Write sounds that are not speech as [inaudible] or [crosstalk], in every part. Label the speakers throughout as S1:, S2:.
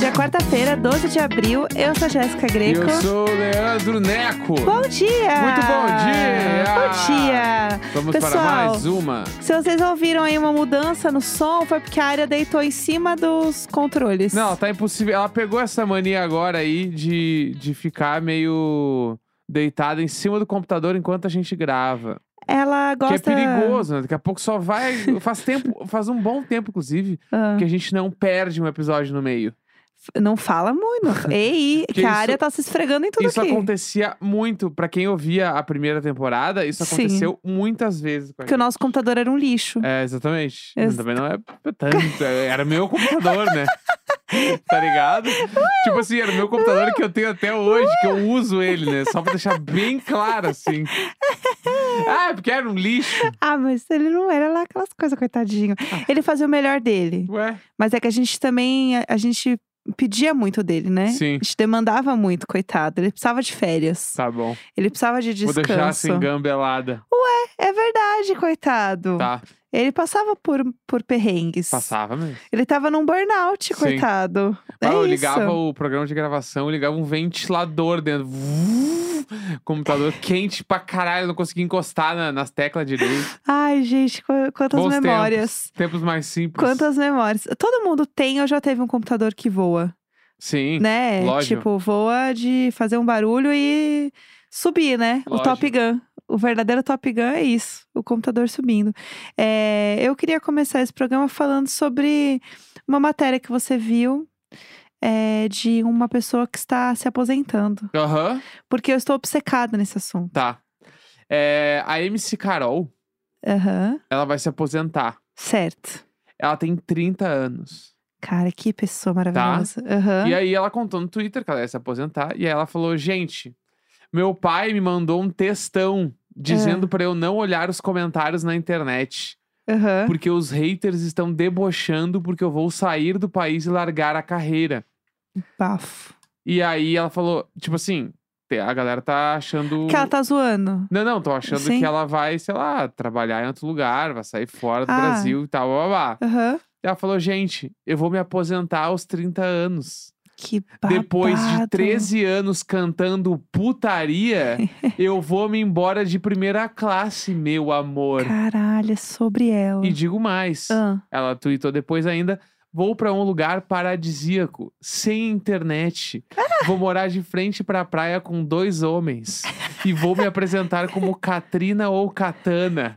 S1: um é quarta-feira, 12 de abril. Eu sou a Jéssica
S2: E
S1: Greco.
S2: Eu sou o Leandro Neco.
S1: Bom dia!
S2: Muito bom dia!
S1: Bom dia!
S2: Vamos para
S1: Pessoal,
S2: mais um. uma.
S1: se vocês ouviram aí uma mudança no som, foi porque a área deitou em cima dos controles.
S2: Não, tá impossível. Ela pegou essa mania agora aí de, de ficar meio deitada em cima do computador enquanto a gente grava.
S1: Ela gosta...
S2: Que é perigoso, né? Daqui a pouco só vai. [laughs] Faz tempo, faz um bom tempo, inclusive,
S1: Ah,
S2: que a gente não perde um episódio no meio.
S1: não fala muito.
S2: [laughs]
S1: Ei, que,
S2: Que
S1: a
S2: isso-
S1: área tá se esfregando em tudo
S2: isso
S1: aqui.
S2: acontecia muito. Pra quem ouvia a primeira temporada, isso
S1: Sim.
S2: aconteceu muitas vezes com a
S1: Porque o nosso computador era um lixo.
S2: É, exatamente.
S1: Ex-
S2: Também não é tanto. é- Era meu computador,
S1: [laughs]
S2: né? tá ligado? tipo assim, era meu computador que eu tenho até hoje, que eu uso ele, né? Só pra deixar bem claro, assim. Ah, é porque era um lixo.
S1: Ah, mas ele não era lá aquelas coisas, coitadinho.
S2: Ah.
S1: Ele fazia o melhor dele.
S2: Ué,
S1: Mas é que a gente também, a, a gente pedia muito dele, né?
S2: Sim.
S1: A gente demandava muito, coitado. Ele precisava de férias.
S2: tá bom.
S1: Ele precisava de
S2: Vou deixar
S1: descanso.
S2: sem gambelada.
S1: É verdade, coitado.
S2: Tá,
S1: Ele passava por, por perrengues.
S2: passava mesmo.
S1: Ele tava num burnout,
S2: Sim.
S1: coitado. É
S2: Ah, eu
S1: isso.
S2: ligava o programa de gravação, eu ligava um ventilador dentro. Vuuu, Computador quente pra caralho, não conseguia encostar na- nas teclas direito.
S1: Ai, gente, qu- quantas
S2: Bons
S1: memórias.
S2: Tempos mais simples.
S1: Quantas memórias. Todo mundo tem ou já teve um computador que voa,
S2: Sim.
S1: né?
S2: lógico.
S1: Tipo, voa de fazer um barulho e subir, né? O Top
S2: Lógico.
S1: Gun. O verdadeiro Top Gun é isso, o computador subindo. É, eu queria começar esse programa falando sobre uma matéria que você viu é, de uma pessoa que está se aposentando.
S2: Aham.
S1: Porque eu estou obcecada nesse assunto.
S2: Tá. É, a MC Carol,
S1: Aham.
S2: ela vai se aposentar.
S1: Certo.
S2: Ela tem 30 anos.
S1: Cara, que pessoa maravilhosa. Aham.
S2: Tá. E aí ela contou no Twitter que ela ia se aposentar. E aí ela falou: gente, meu pai me mandou um textão dizendo pra eu não olhar os comentários na internet.
S1: Aham.
S2: Porque os haters estão debochando porque eu vou sair do país e largar a carreira.
S1: Bafo.
S2: E aí ela falou, tipo assim, te- a galera tá achando.
S1: Que ela tá zoando.
S2: Não, não, tô achando
S1: Sim.
S2: que ela vai, sei lá, trabalhar em outro lugar, vai sair fora do
S1: Ah.
S2: Brasil e tal, blá, blá, blá.
S1: Aham.
S2: Ela falou, gente, eu vou me aposentar aos 30 anos.
S1: Que babado.
S2: Depois de 13 anos cantando putaria, eu vou me embora de primeira classe, meu amor.
S1: Caralho, é sobre ela.
S2: E digo mais,
S1: Ah,
S2: ela tweetou depois ainda, vou pra um lugar paradisíaco, sem internet. Vou morar de frente pra praia com dois homens. E vou me apresentar como Katrina ou Katana.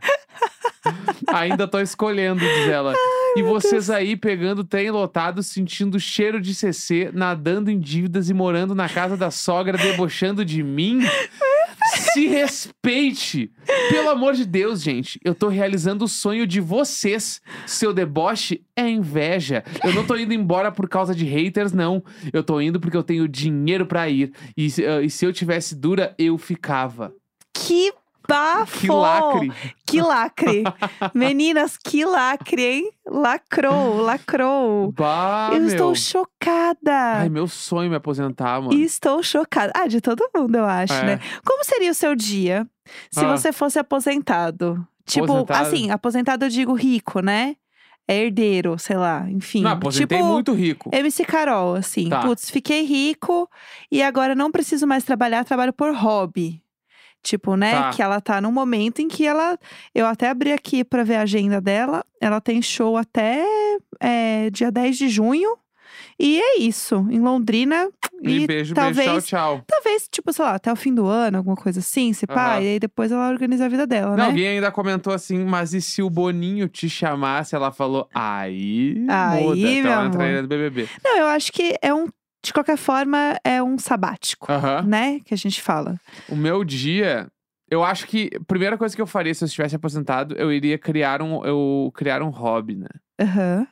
S2: Ainda tô escolhendo, diz ela. e vocês aí pegando trem lotado, sentindo cheiro de CC, nadando em dívidas e morando na casa da sogra, debochando de mim? Se respeite! Pelo amor de Deus, gente, eu tô realizando o sonho de vocês. Seu deboche é inveja. Eu não tô indo embora por causa de haters, não. Eu tô indo porque eu tenho dinheiro pra ir. E, se- eh, e se eu tivesse dura, eu ficava.
S1: que bafo!
S2: Que lacre!
S1: Que
S2: [laughs]
S1: lacre. Meninas, que lacre, hein? Lacrou, lacrou.
S2: Bah,
S1: eu
S2: Ah, meu.
S1: estou chocada.
S2: Ai, meu sonho é me aposentar, mano.
S1: Estou chocada. Ah, de todo mundo, eu acho,
S2: É.
S1: né? Como seria o seu dia se
S2: Ah.
S1: você fosse aposentado? Tipo,
S2: Aposentado?
S1: assim, aposentado eu digo rico, né? É herdeiro, sei lá, enfim.
S2: Não, aposentei
S1: tipo,
S2: muito rico.
S1: MC Carol, assim.
S2: Tá.
S1: Putz, fiquei rico e agora não preciso mais trabalhar, trabalho por hobby. Tipo, né?
S2: Tá.
S1: Que ela tá num momento em que ela. Eu até abri aqui pra ver a agenda dela. Ela tem show até é, dia 10 de junho. E é isso. Em Londrina.
S2: E
S1: E
S2: Um beijo,
S1: talvez
S2: beijo, tchau, tchau.
S1: Talvez, tipo, sei lá, até o fim do ano, alguma coisa assim, se pá.
S2: Aham.
S1: E aí depois ela organiza a vida dela,
S2: Não,
S1: né?
S2: alguém ainda comentou assim, mas e se o Boninho te chamasse? Ela falou, aí,
S1: Aí,
S2: muda. Então ela
S1: meu
S2: entraria no BBB.
S1: Não, eu acho que é um. De qualquer forma, é um sabático,
S2: Aham.
S1: né? Que a gente fala.
S2: O meu dia, eu acho que a primeira coisa que eu faria se eu estivesse aposentado, eu iria criar um, eu criar um hobby, né?
S1: Aham.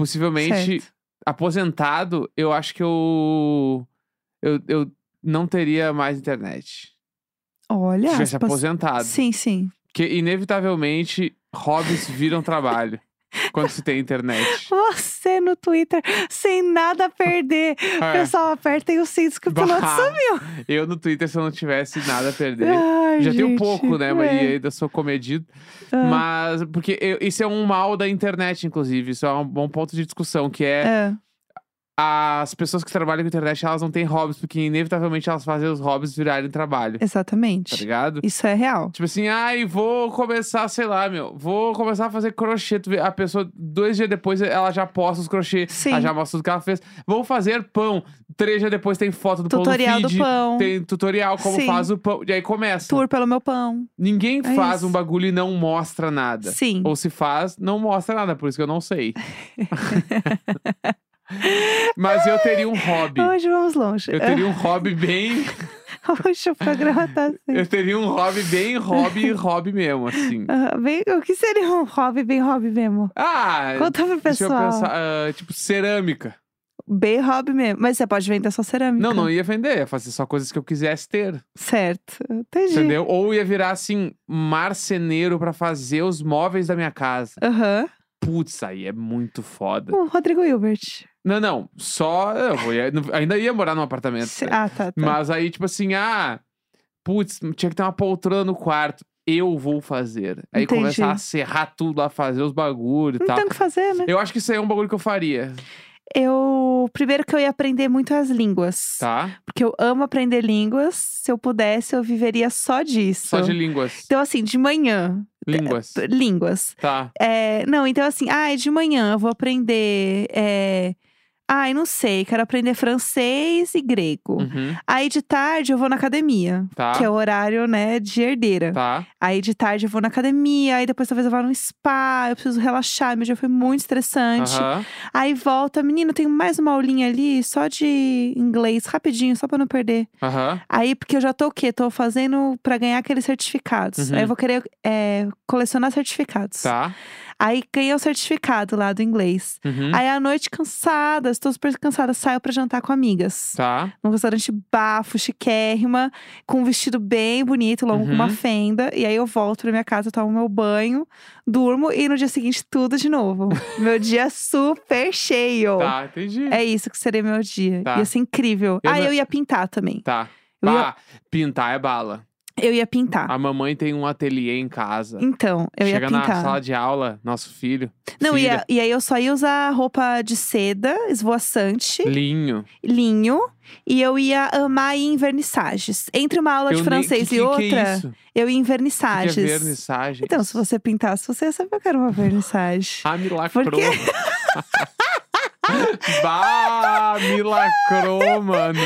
S2: Possivelmente,
S1: certo.
S2: aposentado, eu acho que eu, eu, eu não teria mais internet. Se
S1: Olha,
S2: estivesse
S1: aspas.
S2: aposentado.
S1: Sim, sim.
S2: Porque, inevitavelmente, hobbies
S1: [laughs]
S2: viram trabalho quando se tem internet.
S1: Você no Twitter, sem nada a perder.
S2: [laughs] É.
S1: Pessoal, apertem os cintos que o
S2: Bah, [laughs]
S1: piloto sumiu.
S2: Eu no Twitter, se eu não tivesse nada a perder.
S1: Ai,
S2: Já tenho
S1: gente,
S2: pouco, né? Mas
S1: é.
S2: ainda sou comedido.
S1: Ah,
S2: Mas, porque eu- isso é um mal da internet, inclusive. Isso é um bom ponto de discussão, que é
S1: é.
S2: as pessoas que trabalham com internet, elas não têm hobbies, porque inevitavelmente elas fazem os hobbies virarem trabalho, tá
S1: Exatamente.
S2: ligado?
S1: Isso é real.
S2: Tipo assim, ai, vou começar, sei lá, meu, vou começar a fazer crochê. Tu vê, A pessoa, dois dias depois, ela já posta os crochês,
S1: Sim.
S2: ela já mostra tudo que ela fez. Vou fazer pão. Três dias depois tem foto do
S1: Tutorial
S2: pão
S1: do
S2: no feed,
S1: pão.
S2: Tem tutorial como
S1: Sim.
S2: faz o pão. E aí começa.
S1: Tour pelo meu pão.
S2: Ninguém
S1: É
S2: faz
S1: isso.
S2: um bagulho e não mostra nada.
S1: Sim.
S2: Ou se faz, não mostra nada, por isso que eu
S1: [laughs]
S2: não sei. Mas eu teria um hobby.
S1: Hoje vamos longe.
S2: Eu teria um hobby bem.
S1: [laughs] Hoje o programa
S2: [laughs]
S1: tá assim.
S2: Eu teria um hobby bem hobby, hobby
S1: [laughs]
S2: mesmo, assim.
S1: Ah, bem, o que seria um hobby bem hobby mesmo?
S2: Ah,
S1: Conta pro
S2: deixa eu
S1: pessoal.
S2: pensar. ah, tipo, cerâmica.
S1: Bem hobby mesmo. Mas você pode vender sua cerâmica.
S2: Não, não ia vender, ia fazer só coisas que eu quisesse ter.
S1: Certo. Entendi.
S2: Entendeu? Ou ia virar, assim, marceneiro pra fazer os móveis da minha casa.
S1: Aham.
S2: Putz, aí é muito foda.
S1: O Rodrigo Hilbert. não
S2: Não, não, só. Eu vou- eu ainda ia morar num apartamento. né?
S1: Ah, tá. tá.
S2: Mas aí, tipo assim, ah, putz, tinha que ter uma poltrona no quarto. Eu vou fazer. Aí
S1: Entendi.
S2: começar a serrar tudo lá, fazer os bagulhos e
S1: Não
S2: tal.
S1: tem o que fazer, né?
S2: Eu acho que isso aí é um bagulho que eu faria,
S1: Eu. Primeiro que eu ia aprender muito as línguas.
S2: tá?
S1: Porque eu amo aprender línguas. Se eu pudesse, eu viveria só disso.
S2: Só de línguas.
S1: Então, assim, de manhã,
S2: Línguas.
S1: p- línguas.
S2: Tá.
S1: É, não, então assim, ai, de manhã eu vou aprender. É, ai, não sei, quero aprender francês e grego.
S2: Uhum.
S1: Aí de tarde eu vou na academia,
S2: Tá.
S1: que é o horário, né, de herdeira.
S2: Tá.
S1: Aí de tarde eu vou na academia, aí depois talvez eu vá num spa, eu preciso relaxar, meu dia foi muito estressante.
S2: Aham.
S1: Aí volta, menino, tem mais uma aulinha ali só de inglês, rapidinho, só pra não perder.
S2: Aham.
S1: Aí, porque eu já tô o quê? Tô fazendo pra ganhar aqueles certificados.
S2: Uhum.
S1: Aí eu vou querer é, colecionar certificados.
S2: Tá.
S1: Aí ganhei o certificado lá do inglês.
S2: Uhum.
S1: Aí à noite, cansada, estou super cansada, saio pra jantar com amigas.
S2: Tá.
S1: Num restaurante bafo, chiquérrima, com um vestido bem bonito, longo, com uma
S2: Uhum.
S1: fenda. E aí eu volto pra minha casa, tomo meu banho, durmo e no dia seguinte tudo de novo. meu dia super cheio.
S2: Tá. Entendi.
S1: É isso que seria meu dia.
S2: Tá.
S1: Ia ser incrível.
S2: Eu
S1: ah,
S2: não-
S1: eu ia pintar também.
S2: Tá.
S1: Eu ia-
S2: Bah, pintar é bala.
S1: Eu ia pintar.
S2: A mamãe tem um ateliê em casa.
S1: Então, eu ia
S2: Chega
S1: pintar.
S2: na sala de aula, nosso filho.
S1: Não, e,
S2: filha,
S1: a- e aí eu só ia usar roupa de seda, esvoaçante,
S2: Linho.
S1: linho. E eu ia amar ir em vernissages. Entre uma aula de
S2: Eu nem-
S1: francês
S2: que-
S1: e
S2: que-
S1: outra,
S2: Que é isso?
S1: eu ia em
S2: Que
S1: vernissages.
S2: que é vernissagem?
S1: Então, se você pintasse, você ia saber que eu quero uma vernissage.
S2: Ah, milacrou.
S1: Por quê?
S2: [laughs] bah, milacrou, mano.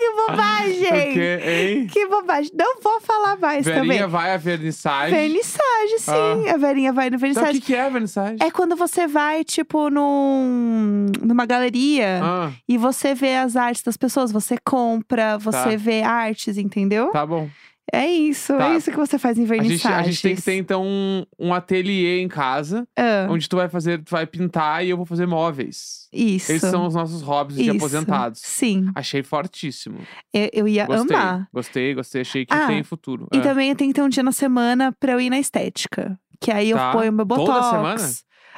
S1: que bobagem!
S2: Porque, hein?
S1: Que bobagem. Não vou falar mais
S2: Verinha
S1: também.
S2: vai à vernissagem.
S1: Vernissage, sim. A Verinha vai no
S2: Sabe o
S1: vernissage.
S2: que, que é a vernissagem?
S1: É quando você vai, tipo, num, numa galeria
S2: Ah,
S1: e você vê as artes das pessoas, você compra, você vê artes, entendeu?
S2: tá bom.
S1: É isso,
S2: Tá.
S1: é isso que você faz em
S2: A gente,
S1: vernissagens.
S2: a gente tem que ter, então, um, um ateliê em casa.
S1: Ah,
S2: Onde tu vai fazer, tu vai pintar e eu vou fazer móveis.
S1: isso.
S2: Esses são os nossos hobbies de
S1: Isso.
S2: aposentados.
S1: Sim,
S2: Achei fortíssimo.
S1: eu, eu ia
S2: Gostei.
S1: amar.
S2: Gostei, gostei. Achei que
S1: Ah,
S2: tem futuro.
S1: E
S2: É.
S1: também eu tenho que ter um dia na semana pra eu ir na estética. Que aí
S2: Tá.
S1: eu ponho meu
S2: Toda
S1: botox.
S2: semana?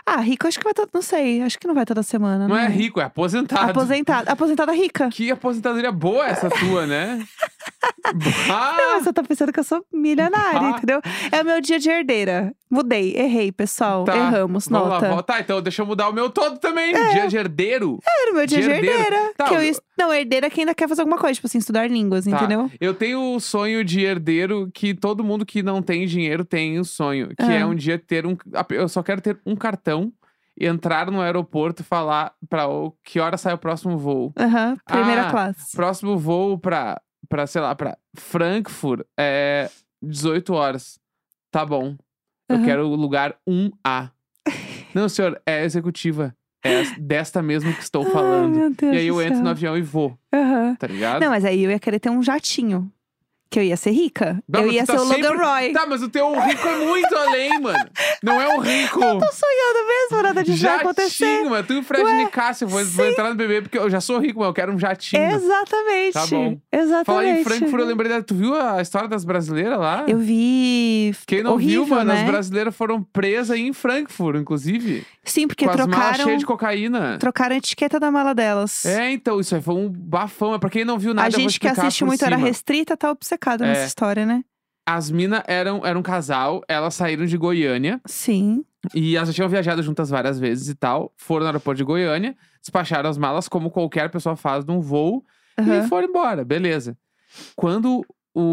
S1: Ah, rico acho que vai toda, não sei, acho que não vai toda semana.
S2: Não é
S1: né?
S2: rico, é aposentado.
S1: Aposentada, aposentada rica.
S2: Que aposentadoria boa essa tua, né?
S1: [laughs]
S2: Ah, Bah!
S1: Não, mas eu tô Ah, tá pensando que eu sou milionária,
S2: Ah.
S1: entendeu? É o meu dia de herdeira. Mudei, errei, pessoal.
S2: Tá,
S1: Erramos,
S2: Vamos lá,
S1: nota.
S2: volta. Tá, então deixa eu mudar o meu todo também. Dia de herdeiro.
S1: Era É o meu dia de
S2: herdeiro.
S1: herdeira.
S2: Tá,
S1: que eu
S2: eu-
S1: ia- Não, herdeira é quem ainda quer fazer alguma coisa, tipo assim, estudar línguas,
S2: Tá.
S1: entendeu?
S2: Eu tenho o sonho de herdeiro que todo mundo que não tem dinheiro tem o sonho. Que
S1: Ah.
S2: é um dia ter um. Eu só quero ter um cartão, entrar no aeroporto e falar pra o- que hora sai o próximo voo.
S1: Aham, primeira
S2: Ah,
S1: classe.
S2: Próximo voo pra, pra sei lá, pra Frankfurt é 18 horas. Tá bom. Eu
S1: Aham.
S2: quero o lugar 1A. Não, senhor, é executiva. É as- desta mesmo que estou
S1: Ai,
S2: falando.
S1: meu Deus
S2: e aí
S1: do
S2: eu entro
S1: céu.
S2: no avião e vou,
S1: Aham.
S2: tá ligado?
S1: Não, mas aí eu ia querer ter um jatinho. Que eu ia ser rica.
S2: Não,
S1: eu
S2: mas tu
S1: ia
S2: tá
S1: ser o Logan
S2: sempre-
S1: Roy.
S2: Tá, mas o teu rico é muito além, mano. Não é um
S1: [laughs]
S2: rico.
S1: Tô sonhando mesmo, nada disso vai acontecer.
S2: Jatinho, mano. Tu e o Fred Nicásio, vou, vou entrar no bebê porque eu já sou rico, mas eu quero um jatinho.
S1: Exatamente.
S2: Tá bom.
S1: Exatamente.
S2: Falar em Frankfurt, eu lembrei da... Tu viu a história das brasileiras lá?
S1: Eu vi.
S2: Quem não
S1: horrível,
S2: viu, mano,
S1: né?
S2: as brasileiras foram presas em Frankfurt, inclusive.
S1: Sim, porque
S2: com as malas
S1: trocaram,
S2: cheias de cocaína.
S1: trocaram a etiqueta da mala delas.
S2: É, então, isso aí foi um bafão. É pra quem não viu nada,
S1: a
S2: eu vou
S1: gente que
S2: explicar
S1: assiste
S2: por
S1: muito
S2: cima.
S1: era restrita, tá obcecada nessa
S2: É.
S1: história, né?
S2: As minas eram, eram um casal, elas saíram de Goiânia.
S1: Sim.
S2: E elas já tinham viajado juntas várias vezes e tal. Foram no aeroporto de Goiânia, despacharam as malas como qualquer pessoa faz num voo e
S1: Aham.
S2: foram embora, beleza. Quando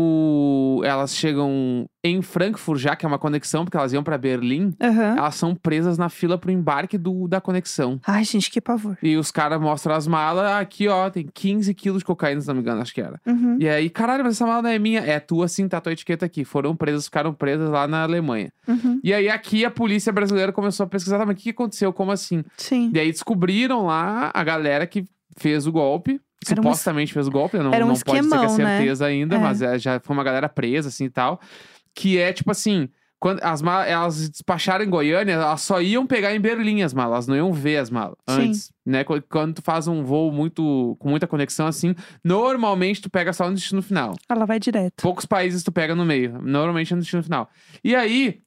S2: o... elas chegam em Frankfurt, já que é uma conexão, porque elas iam pra Berlim,
S1: Aham.
S2: elas são presas na fila pro embarque do... da conexão.
S1: Ai, gente, que pavor.
S2: E os caras mostram as malas, "Ah, aqui ó, tem 15 quilos de cocaína, se não me engano, acho que era.
S1: Uhum.
S2: E aí, caralho, mas essa mala não é minha. É tua sim, tá tua etiqueta aqui. Foram presas, ficaram presas lá na Alemanha.
S1: Uhum.
S2: E aí aqui a polícia brasileira começou a pesquisar, tá, mas o que que aconteceu? Como assim?
S1: Sim.
S2: E aí descobriram lá a galera que fez o golpe.
S1: Era um es-
S2: supostamente fez o golpe, né? não,
S1: era um
S2: não pode
S1: esquemão,
S2: ter
S1: né?
S2: certeza ainda,
S1: É.
S2: mas é, já foi uma galera presa, assim e tal. Que é tipo assim. Quando as malas, elas despacharam em Goiânia, elas só iam pegar em Berlim as malas, elas não iam ver as malas
S1: Sim.
S2: antes, né? Qu- Quando tu faz um voo muito com muita conexão assim, normalmente tu pega só no destino final.
S1: Ela Ah, vai direto.
S2: Poucos países tu pega no meio. Normalmente é no destino final. E aí,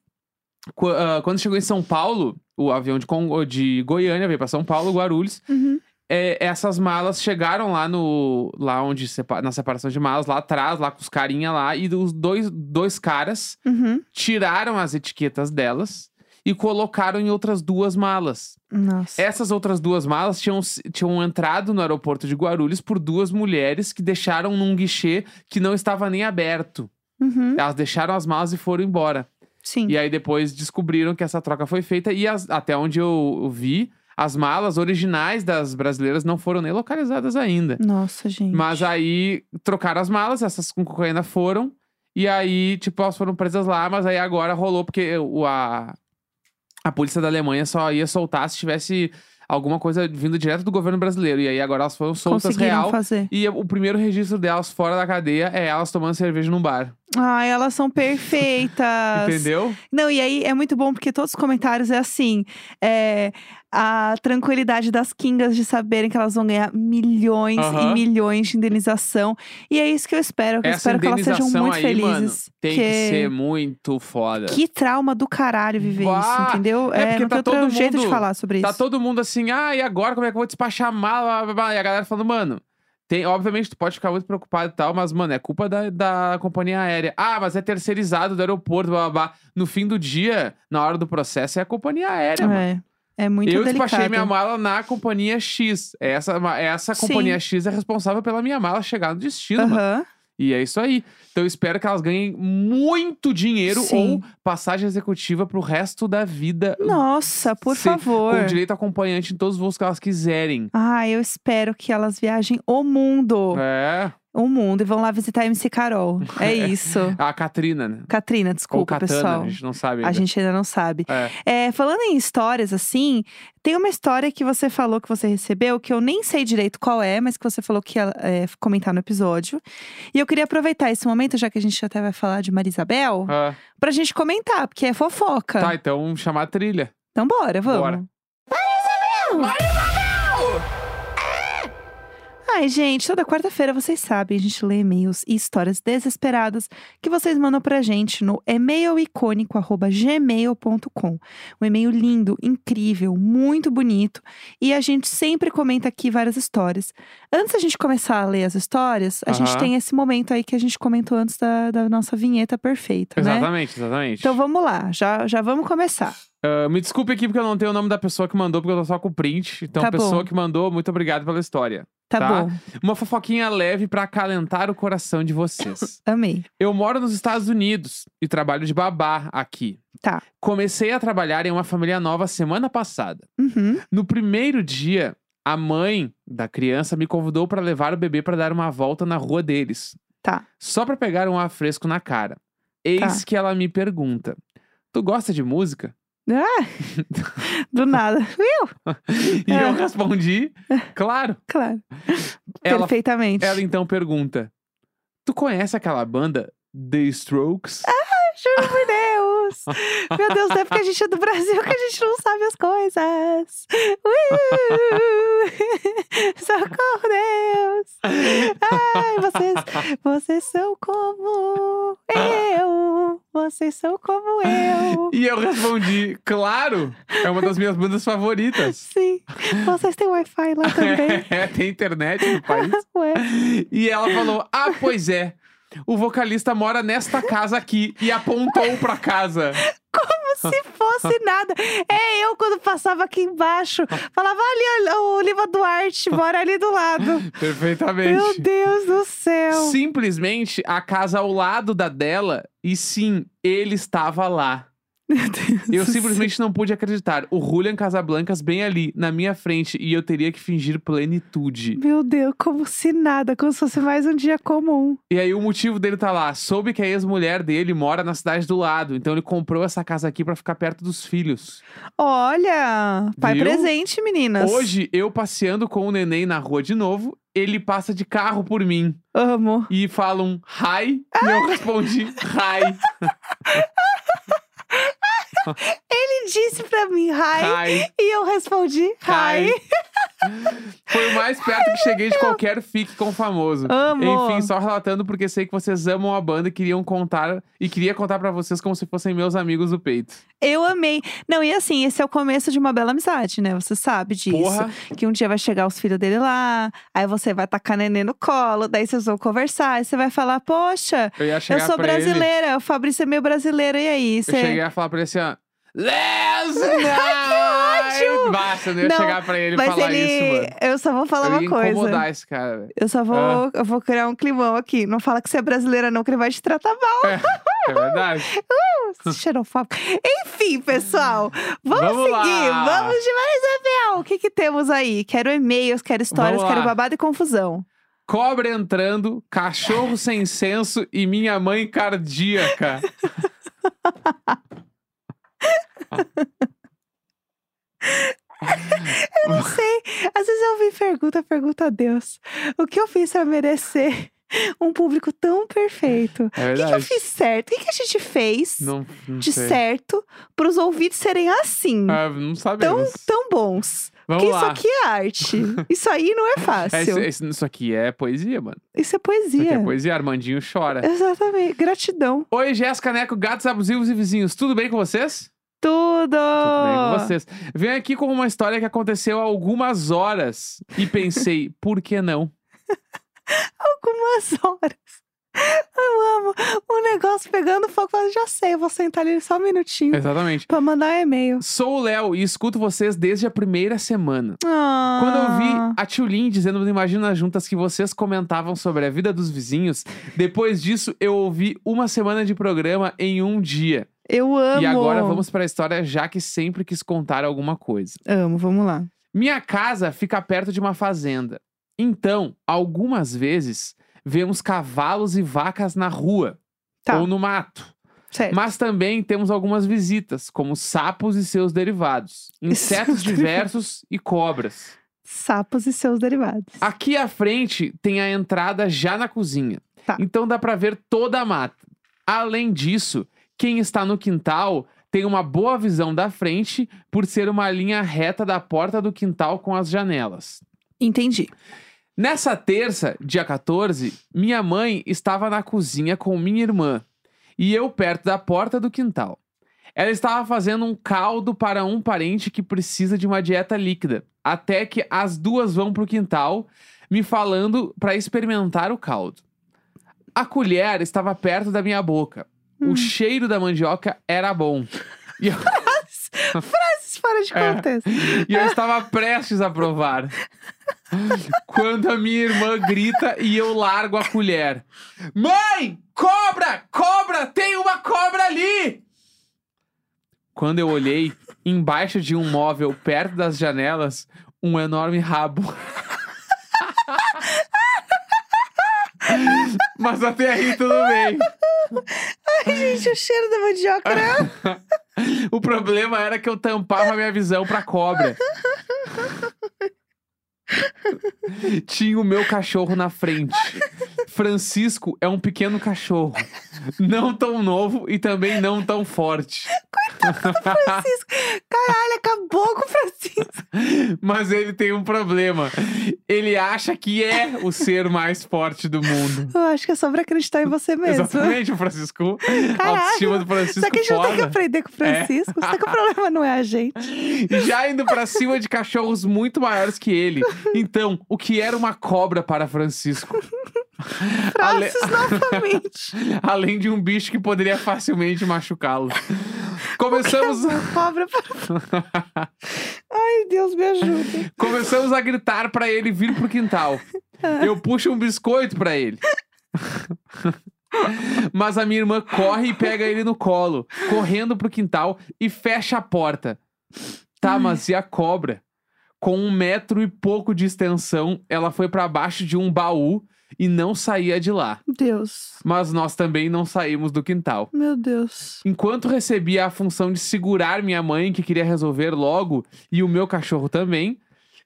S2: qu- ah, quando chegou em São Paulo, o avião de, Con- de Goiânia veio pra São Paulo, Guarulhos.
S1: Uhum.
S2: é, essas malas chegaram lá no. Lá onde. sepa- Na separação de malas, lá atrás, lá com os carinha lá. E os dois, dois caras
S1: Uhum.
S2: tiraram as etiquetas delas e colocaram em outras duas malas.
S1: Nossa.
S2: Essas outras duas malas tinham, tinham entrado no aeroporto de Guarulhos por duas mulheres que deixaram num guichê que não estava nem aberto.
S1: Uhum.
S2: Elas deixaram as malas e foram embora.
S1: Sim.
S2: E aí depois descobriram que essa troca foi feita e as- até onde eu eu vi, as malas originais das brasileiras não foram nem localizadas ainda.
S1: Nossa, gente.
S2: Mas aí trocaram as malas, essas com cocaína foram. E aí, tipo, elas foram presas lá, mas aí agora rolou, porque o, a, a polícia da Alemanha só ia soltar se tivesse alguma coisa vindo direto do governo brasileiro. E aí agora elas foram soltas
S1: Conseguiram
S2: real.
S1: fazer.
S2: E o primeiro registro delas fora da cadeia é elas tomando cerveja num bar.
S1: Ai, elas são perfeitas.
S2: [laughs] Entendeu?
S1: Não, e aí é muito bom porque todos os comentários é assim: é, a tranquilidade das Kingas de saberem que elas vão ganhar milhões
S2: Aham.
S1: e milhões de indenização. E é isso que eu espero. que Eu
S2: Essa
S1: espero que elas sejam
S2: indenização
S1: muito
S2: aí,
S1: felizes.
S2: Tem que, ser muito foda.
S1: Que trauma do caralho viver
S2: Bah!
S1: isso, entendeu?
S2: É, porque
S1: não
S2: tá
S1: tem
S2: todo
S1: outro jeito de
S2: mundo-
S1: falar sobre é
S2: Tá
S1: isso.
S2: todo mundo assim, ah, e agora como é que eu vou despachar a mala? Blá, blá, blá. E a galera falando, mano, tem, obviamente tu pode ficar muito preocupado e tal, mas, mano, é culpa da, da companhia aérea. Ah, mas é terceirizado do aeroporto, blá, blá, blá. No fim do dia, na hora do processo, é a companhia aérea, mano.
S1: é, é muito
S2: eu
S1: delicado.
S2: despachei minha mala na companhia X. Essa, ma- essa
S1: Sim.
S2: companhia X é responsável pela minha mala chegar no destino, mano.
S1: Aham.
S2: E é isso aí. Então eu espero que elas ganhem muito dinheiro
S1: Sim.
S2: ou passagem executiva pro resto da vida.
S1: Nossa, por
S2: Se-
S1: favor.
S2: Com direito a acompanhante em todos os voos que elas quiserem.
S1: Ah, eu espero que elas viajem o mundo.
S2: É.
S1: O mundo e vão lá visitar a MC Carol.
S2: [laughs]
S1: É isso.
S2: A Katrina, né?
S1: Katrina,
S2: Ou
S1: desculpa,
S2: Katana,
S1: pessoal.
S2: a gente não sabe.
S1: A
S2: ainda.
S1: gente ainda não sabe.
S2: É.
S1: É, falando em histórias, assim, tem uma história que você falou que você recebeu, que eu nem sei direito qual é, mas que você falou que ia é, comentar no episódio. E eu queria aproveitar esse momento, já que a gente até vai falar de Marisabel,
S2: Ah,
S1: pra gente comentar, porque é fofoca.
S2: tá, então chamar a trilha.
S1: Então bora, vamos.
S2: Bora.
S1: Ai, gente, toda quarta-feira vocês sabem, a gente lê e-mails e histórias desesperadas que vocês mandam pra gente no e-mailicônico.gmail.com. Um e-mail lindo, incrível, muito bonito. E a gente sempre comenta aqui várias histórias. Antes da gente começar a ler as histórias, a gente
S2: Aham.
S1: tem esse momento aí que a gente comentou antes da, da nossa vinheta perfeita, né?
S2: Exatamente, exatamente.
S1: Então vamos lá, já, já vamos começar.
S2: Ah, me desculpe aqui porque eu não tenho o nome da pessoa que mandou, porque eu tô só com o print. Então,
S1: Tá
S2: a pessoa
S1: bom.
S2: que mandou, muito obrigado pela história.
S1: Tá,
S2: Tá.
S1: bom,
S2: Uma fofoquinha leve pra acalentar o coração de vocês.
S1: [laughs] amei.
S2: Eu moro nos Estados Unidos e trabalho de babá aqui.
S1: Tá.
S2: Comecei a trabalhar em uma família nova semana passada.
S1: Uhum.
S2: No primeiro dia, a mãe da criança me convidou para levar o bebê para dar uma volta na rua deles.
S1: Tá.
S2: Só para pegar um ar fresco na cara. Eis que ela me pergunta: Tu gosta de música?
S1: Ah, do nada. Uiu,
S2: E
S1: É.
S2: eu respondi:
S1: [laughs]
S2: Claro.
S1: [laughs] claro,
S2: Ela,
S1: perfeitamente. [laughs]
S2: ela então pergunta: Tu conhece aquela banda The Strokes?
S1: Juro por Deus. Meu Deus, é porque a gente é do Brasil que a gente não sabe as coisas. Uh! [laughs] Socorro, Deus. Ai, vocês, vocês são como eu. Vocês são como
S2: [laughs]
S1: eu.
S2: E eu respondi: Claro. É uma das minhas bandas favoritas.
S1: Sim. Vocês têm Wi-Fi
S2: [laughs]
S1: lá [laughs] também?
S2: É, tem internet no país.
S1: Ué.
S2: E ela falou: Ah, pois é. O vocalista mora nesta casa aqui e apontou pra casa.
S1: Como [laughs] se fosse nada. É eu quando passava aqui embaixo. Falava ali olha, o Lima Duarte, mora ali do
S2: [laughs]
S1: lado. Meu
S2: Perfeitamente.
S1: Deus do céu.
S2: Simplesmente a casa ao lado da dela e sim, ele estava lá.
S1: Meu Deus
S2: Eu
S1: do
S2: simplesmente não pude acreditar. O Julian Casablancas bem ali, na minha frente, e eu teria que fingir
S1: céu.
S2: plenitude.
S1: Meu Deus, como se nada, como se fosse mais um dia comum.
S2: E aí o motivo dele tá lá. Soube que a ex-mulher dele mora na cidade do lado, então ele comprou essa casa aqui pra ficar perto dos filhos.
S1: Olha, pai
S2: Viu?
S1: presente, meninas.
S2: Hoje, eu passeando com o neném na rua de novo, ele passa de carro por mim
S1: Amo.
S2: e falam hi, e eu respondi hi,
S1: Ele disse pra mim, [laughs] hi,
S2: hi,
S1: e eu respondi, hi.
S2: hi. [laughs] Foi o mais perto que cheguei de qualquer fique com o famoso.
S1: Amo.
S2: Enfim, só relatando porque sei que vocês amam a banda e queriam contar e queria contar pra vocês como se fossem meus amigos do peito.
S1: Eu amei. Não, e assim, esse é o começo de uma bela amizade, né? Você sabe disso.
S2: Porra,
S1: Que um dia vai chegar os filhos dele lá, aí você vai tacar neném no colo, daí vocês vão conversar, aí você vai falar, poxa,
S2: eu ia chegar
S1: eu sou
S2: pra ele.
S1: brasileira, o Fabrício é meio brasileiro, e aí?
S2: Eu cheguei
S1: Você
S2: a falar pra ele
S1: [laughs]
S2: assim, ó. Les night! Basta, eu não ia
S1: Não,
S2: chegar pra ele e
S1: Mas
S2: falar
S1: ele.
S2: isso, mano.
S1: eu só vou falar
S2: eu ia
S1: uma coisa.
S2: incomodar esse cara, velho.
S1: Eu só vou,
S2: Ah.
S1: eu vou criar um climão aqui. Não fala que você é brasileira, não, que ele vai te tratar mal,
S2: É verdade.
S1: esse
S2: [laughs]
S1: xerofóbico. Enfim, pessoal, vamos,
S2: Vamos lá.
S1: seguir. Vamos de mais, Isabel. O que, que temos aí? Quero e-mails, quero histórias,
S2: Vamos
S1: quero
S2: lá.
S1: babado e confusão.
S2: Cobra entrando, cachorro sem senso e minha mãe cardíaca. É [laughs]
S1: Não sei. Às vezes eu ouvi pergunta, pergunta a Deus. O que eu fiz pra merecer [laughs] um público tão perfeito?
S2: É
S1: O que, que eu
S2: verdade.
S1: fiz certo? O que, que a gente fez
S2: Não, não
S1: de
S2: sei.
S1: certo para os ouvidos serem assim,
S2: Ah, não
S1: tão,
S2: sabemos.
S1: tão bons?
S2: Vamos
S1: Porque isso
S2: lá.
S1: aqui é
S2: [laughs]
S1: arte. Isso aí não é
S2: É, isso,
S1: fácil.
S2: isso- isso aqui é poesia, mano.
S1: Isso é
S2: Isso aqui
S1: poesia.
S2: é poesia. Armandinho chora.
S1: Exatamente. Gratidão.
S2: Oi, Jéssica Neco, gatos abusivos e vizinhos. Tudo bem com vocês?
S1: Tudo!
S2: Tudo bem
S1: Oh.
S2: com vocês. Venho aqui com uma história que aconteceu há algumas horas e pensei, [laughs] por
S1: [laughs]
S2: que não?
S1: Algumas horas. Eu amo. Um negócio pegando fogo. eu falo, Já sei, eu vou sentar ali só um minutinho
S2: Exatamente.
S1: pra mandar um e-mail.
S2: Sou o Léo e escuto vocês desde a primeira semana.
S1: Ah.
S2: Quando eu vi a Tulin dizendo no Imagina Juntas que vocês comentavam sobre a vida dos vizinhos, depois disso eu ouvi uma semana de programa em um dia.
S1: Eu amo.
S2: E agora vamos para a história, já que sempre quis contar alguma coisa.
S1: Amo, vamos lá.
S2: Minha casa fica perto de uma fazenda. Então, algumas vezes, vemos cavalos e vacas na rua
S1: Tá.
S2: ou no mato.
S1: Certo.
S2: Mas também temos algumas visitas, como sapos e seus derivados, insetos
S1: derivados.
S2: diversos e cobras.
S1: Sapos e seus derivados.
S2: Aqui à frente tem a entrada já na cozinha.
S1: Tá.
S2: Então dá pra ver toda a mata. Além disso, quem está no quintal tem uma boa visão da frente por ser uma linha reta da porta do quintal com as janelas.
S1: Entendi.
S2: Nessa terça, dia 14, minha mãe estava na cozinha com minha irmã e eu perto da porta do quintal. Ela estava fazendo um caldo para um parente que precisa de uma dieta líquida, até que as duas vão para o quintal me falando para experimentar o caldo. A colher estava perto da minha boca.
S1: Hum.
S2: O cheiro da mandioca era bom. E eu,
S1: Mas fora de
S2: É.
S1: contexto.
S2: e eu estava prestes a provar. Quando a minha irmã grita e eu largo a colher. Mãe! Cobra! Cobra! Tem uma cobra ali! Quando eu olhei, embaixo de um móvel perto das janelas, um enorme rabo. [laughs] Mas até aí tudo bem.
S1: Ai, gente, o cheiro da mandioca
S2: [laughs]
S1: era...
S2: O problema era que eu tampava a minha visão pra cobra. Tinha o meu cachorro na frente. Francisco é um pequeno cachorro. Não tão novo e também não tão forte.
S1: Francisco. Caralho, acabou com o Francisco.
S2: Mas ele tem um problema. Ele acha que é o ser mais forte do mundo.
S1: Eu acho que é sobre acreditar em você mesmo.
S2: Exatamente, o Francisco. A
S1: Caralho.
S2: autoestima
S1: Só
S2: do Francisco
S1: que a gente não tem que
S2: foda. É.
S1: aprender com o Francisco. Só que o problema não é a
S2: [laughs]
S1: gente.
S2: já indo pra cima de cachorros muito maiores que ele. Então, o que era uma cobra para Francisco? Ale-
S1: Traços
S2: [laughs]
S1: novamente.
S2: Além de um bicho que poderia facilmente machucá-lo. Começamos,
S1: Cobra pra...
S2: [laughs]
S1: Ai, Deus, me ajuda.
S2: começamos a gritar pra ele vir pro quintal. Eu puxo um biscoito pra ele. [laughs] Mas a minha irmã corre e pega ele no colo, correndo pro quintal e fecha a porta. Tá, mas e a cobra? Com um metro e pouco de extensão, ela foi pra baixo de um baú e não saía de lá.
S1: Deus.
S2: Mas nós também não saímos do quintal.
S1: Meu Deus.
S2: Enquanto recebia a função de segurar minha mãe, que queria resolver logo, e o meu cachorro também,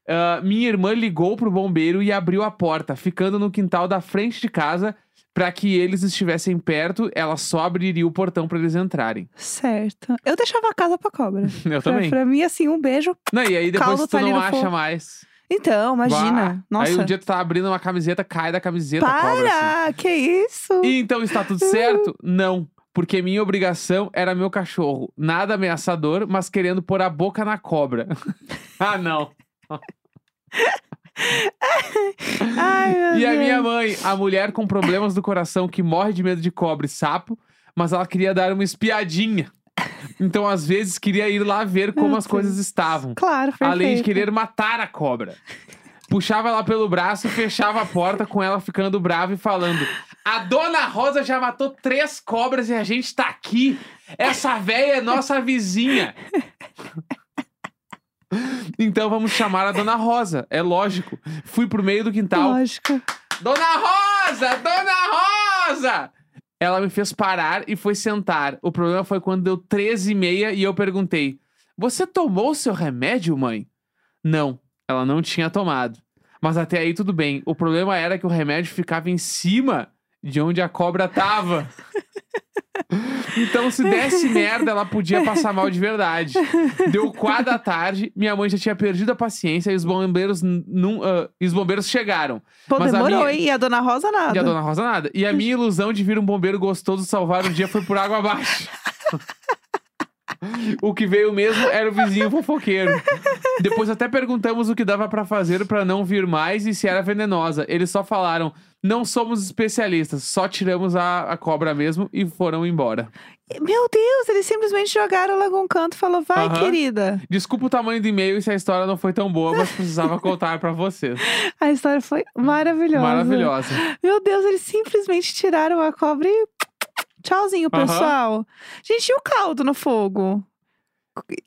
S2: ah, minha irmã ligou pro bombeiro e abriu a porta, ficando no quintal da frente de casa para que eles estivessem perto. Ela só abriria o portão para eles entrarem.
S1: Certo. Eu deixava a casa pra cobra.
S2: [laughs]
S1: Pra-
S2: Eu também.
S1: Pra, mim, assim, um beijo.
S2: Não, e aí depois
S1: Caldo tá
S2: tu não
S1: talheiro
S2: acha
S1: fofo.
S2: mais.
S1: Então,
S2: Bah.
S1: imagina. Nossa.
S2: Aí um dia tu tá abrindo uma camiseta, cai da camiseta, a cobra. assim.
S1: Para! Que isso?
S2: E então está tudo
S1: [laughs]
S2: certo? Não. Porque minha obrigação era meu cachorro. Nada ameaçador, mas querendo pôr a boca na cobra. [laughs] ah, não.
S1: Ai, meu
S2: E a
S1: Deus.
S2: minha mãe, a mulher com problemas do coração que morre de medo de cobra e sapo, mas ela queria dar uma espiadinha. Então, às vezes, queria ir lá ver como
S1: Meu
S2: as coisas
S1: Deus.
S2: estavam.
S1: Claro, perfeito.
S2: Além de querer matar a cobra. Puxava ela pelo braço e fechava a porta com ela ficando brava e falando: A dona Rosa já matou três cobras e a gente tá aqui. Essa véia é nossa vizinha. Então vamos chamar a dona Rosa, é lógico. Fui pro meio do quintal.
S1: Lógico.
S2: Dona Rosa! Dona Rosa! Ela me fez parar e foi sentar. O problema foi quando deu 13 e meia e eu perguntei: Você tomou o seu remédio, mãe? Não, ela não tinha tomado. Mas até aí tudo bem. O problema era que o remédio ficava em cima de onde a cobra tava. Então, se desse merda, ela podia passar mal de verdade. Deu quatro da tarde, minha mãe já tinha perdido a paciência e os bombeiros, n- nun- ah, e os bombeiros chegaram.
S1: Pô,
S2: Mas a
S1: demorou,
S2: minha-
S1: hein? E a dona Rosa nada.
S2: E a dona Rosa nada. E a minha ilusão de vir um bombeiro gostoso salvar o dia foi por água abaixo. [laughs] o que veio mesmo era o vizinho fofoqueiro. Depois até perguntamos o que dava pra fazer pra não vir mais e se era venenosa. Eles só falaram: não somos especialistas, só tiramos a, a cobra mesmo e foram embora.
S1: Meu Deus, eles simplesmente jogaram ela em algum canto e falou: vai,
S2: Aham.
S1: querida.
S2: Desculpa o tamanho do e-mail e se a história não foi tão boa, mas precisava contar pra vocês.
S1: A história foi maravilhosa.
S2: Maravilhosa.
S1: Meu Deus, eles simplesmente tiraram a cobra e. Tchauzinho,
S2: Aham.
S1: pessoal. Gente, e o caldo no fogo?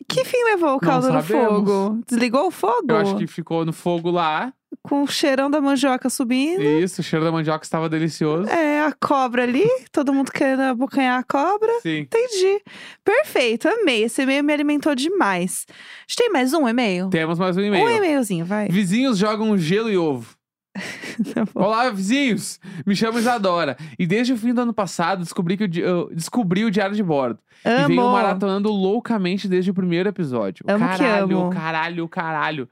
S1: Que fim levou o
S2: Não
S1: caldo no
S2: sabemos.
S1: fogo? Desligou o fogo?
S2: Eu acho que ficou no fogo lá.
S1: Com o cheirão da mandioca subindo.
S2: Isso, o cheiro da mandioca estava delicioso.
S1: É, a cobra ali. Todo mundo querendo abocanhar a cobra.
S2: Sim.
S1: Entendi. Perfeito, amei. Esse e-mail me alimentou demais. A gente tem mais um e-mail?
S2: Temos mais um e-mail.
S1: Um e-mailzinho, vai.
S2: Vizinhos jogam gelo e ovo.
S1: [laughs] Tá bom.
S2: Olá, vizinhos! Me chamo Isadora. E desde o fim do ano passado descobri, que o di- eu descobri o Diário de Bordo. E um venho
S1: Amo.
S2: maratonando loucamente desde o primeiro episódio.
S1: Amo que
S2: caralho,
S1: amo.
S2: caralho, caralho.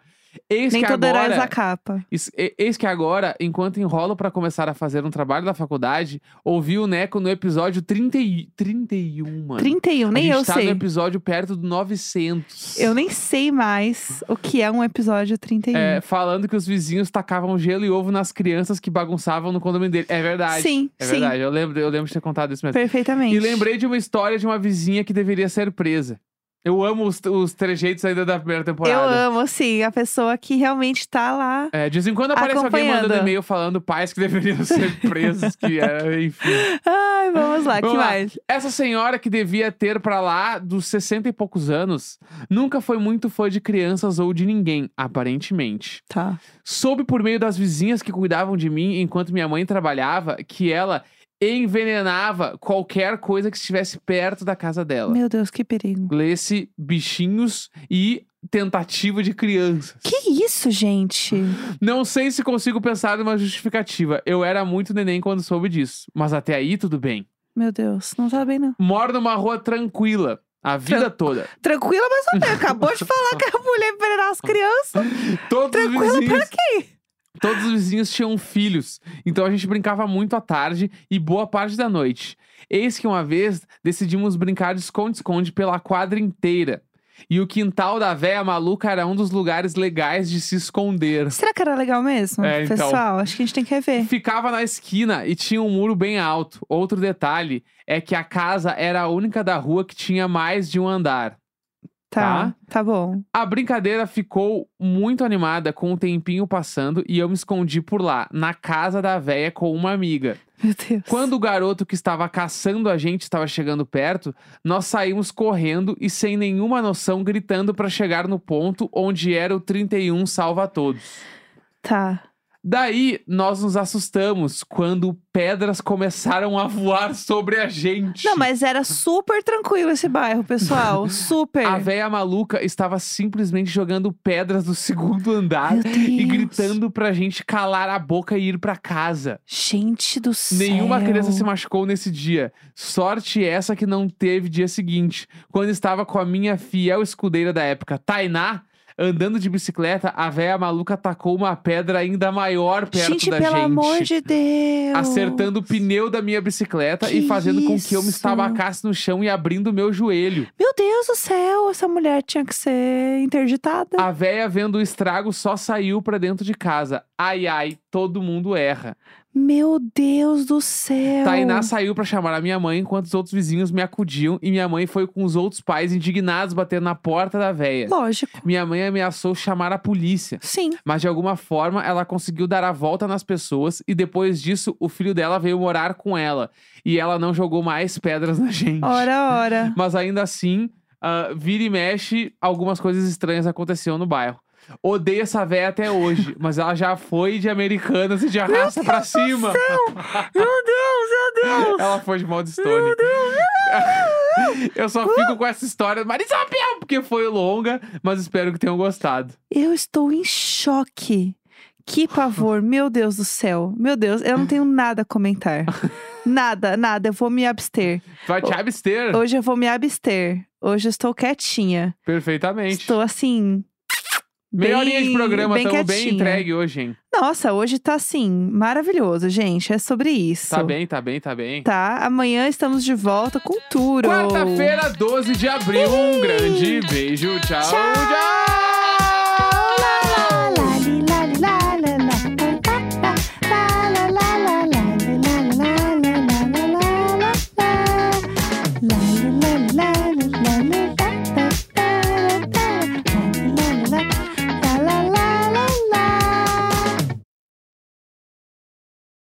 S2: Eis
S1: Nem
S2: que
S1: todo herói usa
S2: agora.
S1: capa.
S2: Is- e- Eis que agora, enquanto enrolo pra começar a fazer um trabalho da faculdade, ouvi o Neco no episódio 30 e... 31, mano.
S1: 31, nem
S2: a gente
S1: eu
S2: tá
S1: sei.
S2: no episódio perto do 900.
S1: Eu nem sei mais o que é um episódio 31.
S2: É, falando que os vizinhos tacavam gelo e ovo nas crianças que bagunçavam no condomínio dele. É verdade.
S1: sim,
S2: É
S1: sim,
S2: verdade, eu lembro, eu lembro de ter contado isso mesmo.
S1: perfeitamente.
S2: E lembrei de uma história de uma vizinha que deveria ser presa. Eu amo os, os trejeitos ainda da primeira
S1: Eu
S2: temporada.
S1: amo, assim, a pessoa que realmente tá lá.
S2: É, de vez em quando aparece alguém
S1: Acompanhando.
S2: mandando e-mail falando pais que deveriam ser presos,
S1: [laughs]
S2: que é, enfim.
S1: Ai, vamos lá,
S2: Vamos
S1: que
S2: lá.
S1: mais?
S2: Essa senhora que devia ter pra lá dos 60 e poucos anos, nunca foi muito fã de crianças ou de ninguém, aparentemente.
S1: Tá.
S2: Soube por meio das vizinhas que cuidavam de mim enquanto minha mãe trabalhava que ela envenenava qualquer coisa que estivesse perto da casa dela.
S1: Meu Deus, que perigo.
S2: Lê-se bichinhos e tentativa de crianças.
S1: Que isso, gente?
S2: Não sei se consigo pensar numa justificativa. Eu era muito neném quando soube disso. Mas até aí tudo bem.
S1: Meu Deus, não tá bem, não.
S2: Moro numa rua tranquila. A vida toda.
S1: Tranquila, mas não tem.
S2: [laughs]
S1: Acabou de falar que a mulher envenenar as crianças.
S2: Todos os
S1: Tranquila pra
S2: vizinhos.
S1: quê?
S2: Todos os vizinhos tinham filhos, então a gente brincava muito à tarde e boa parte da noite. Eis que uma vez decidimos brincar de esconde-esconde pela quadra inteira. E o quintal da véia maluca era um dos lugares legais de se esconder.
S1: Será que era legal mesmo?
S2: É, então.
S1: Pessoal, acho que a gente tem que rever.
S2: Ficava na esquina e tinha um muro bem alto. Outro detalhe é que a casa era a única da rua que tinha mais de um andar.
S1: Tá, tá, bom.
S2: A brincadeira ficou muito animada com o tempinho passando e eu me escondi por lá, na casa da véia com uma amiga.
S1: Meu Deus.
S2: Quando o garoto que estava caçando a gente estava chegando perto, nós saímos correndo e sem nenhuma noção gritando para chegar no ponto onde era o 31 salva todos.
S1: Tá.
S2: Daí nós nos assustamos quando pedras começaram a voar sobre a gente.
S1: Não, mas era super tranquilo esse bairro,
S2: [laughs]
S1: pessoal. Super.
S2: A véia maluca estava simplesmente jogando pedras do segundo andar
S1: Meu Deus.
S2: e gritando pra gente calar a boca e ir pra casa.
S1: Gente do céu.
S2: Nenhuma criança se machucou nesse dia. Sorte essa que não teve dia seguinte, quando estava com a minha fiel escudeira da época, Tainá. Andando de bicicleta, a véia maluca atacou uma pedra ainda maior perto
S1: Gente,
S2: da
S1: pelo
S2: gente.
S1: amor de Deus.
S2: Acertando o pneu da minha bicicleta e
S1: Que
S2: fazendo com que eu me
S1: isso?
S2: estabacasse no chão e abrindo o meu joelho.
S1: Meu Deus do céu, essa mulher tinha que ser interditada.
S2: A véia vendo o estrago só saiu pra dentro de casa. Ai, ai, todo mundo erra.
S1: Meu Deus do céu.
S2: Tainá saiu pra chamar a minha mãe enquanto os outros vizinhos me acudiam e minha mãe foi com os outros pais indignados bater na porta da véia.
S1: Lógico.
S2: Minha mãe ameaçou chamar a polícia.
S1: Sim.
S2: Mas de alguma forma ela conseguiu dar a volta nas pessoas e depois disso o filho dela veio morar com ela. E ela não jogou mais pedras na [laughs] gente.
S1: Ora, ora.
S2: Mas ainda assim, ah, vira e mexe, algumas coisas estranhas aconteciam no bairro. Odeio essa véia até hoje, mas ela já foi de americanas e de arrasta pra cima.
S1: Meu Deus, meu [laughs] Deus.
S2: Ela foi de Maldestone. Eu só fico com essa história do Marisa Piel, porque foi longa, mas espero que tenham gostado.
S1: Eu estou em choque. Que pavor, meu Deus do céu. Meu Deus, eu não tenho nada a comentar.
S2: [laughs]
S1: Nada, nada, eu vou me abster.
S2: Vai te abster
S1: Hoje eu vou me abster. Hoje eu estou quietinha.
S2: perfeitamente.
S1: Estou assim.
S2: Meia
S1: bem-
S2: horinha de programa,
S1: bem
S2: tamo bem
S1: quietinha.
S2: entregue hoje, hein?
S1: Nossa, hoje tá assim, maravilhoso, gente. É sobre isso.
S2: Tá bem, tá bem, tá bem.
S1: Tá? Amanhã estamos de volta com Turo.
S2: Quarta-feira, 12 de abril. Um grande beijo. Tchau, tchau.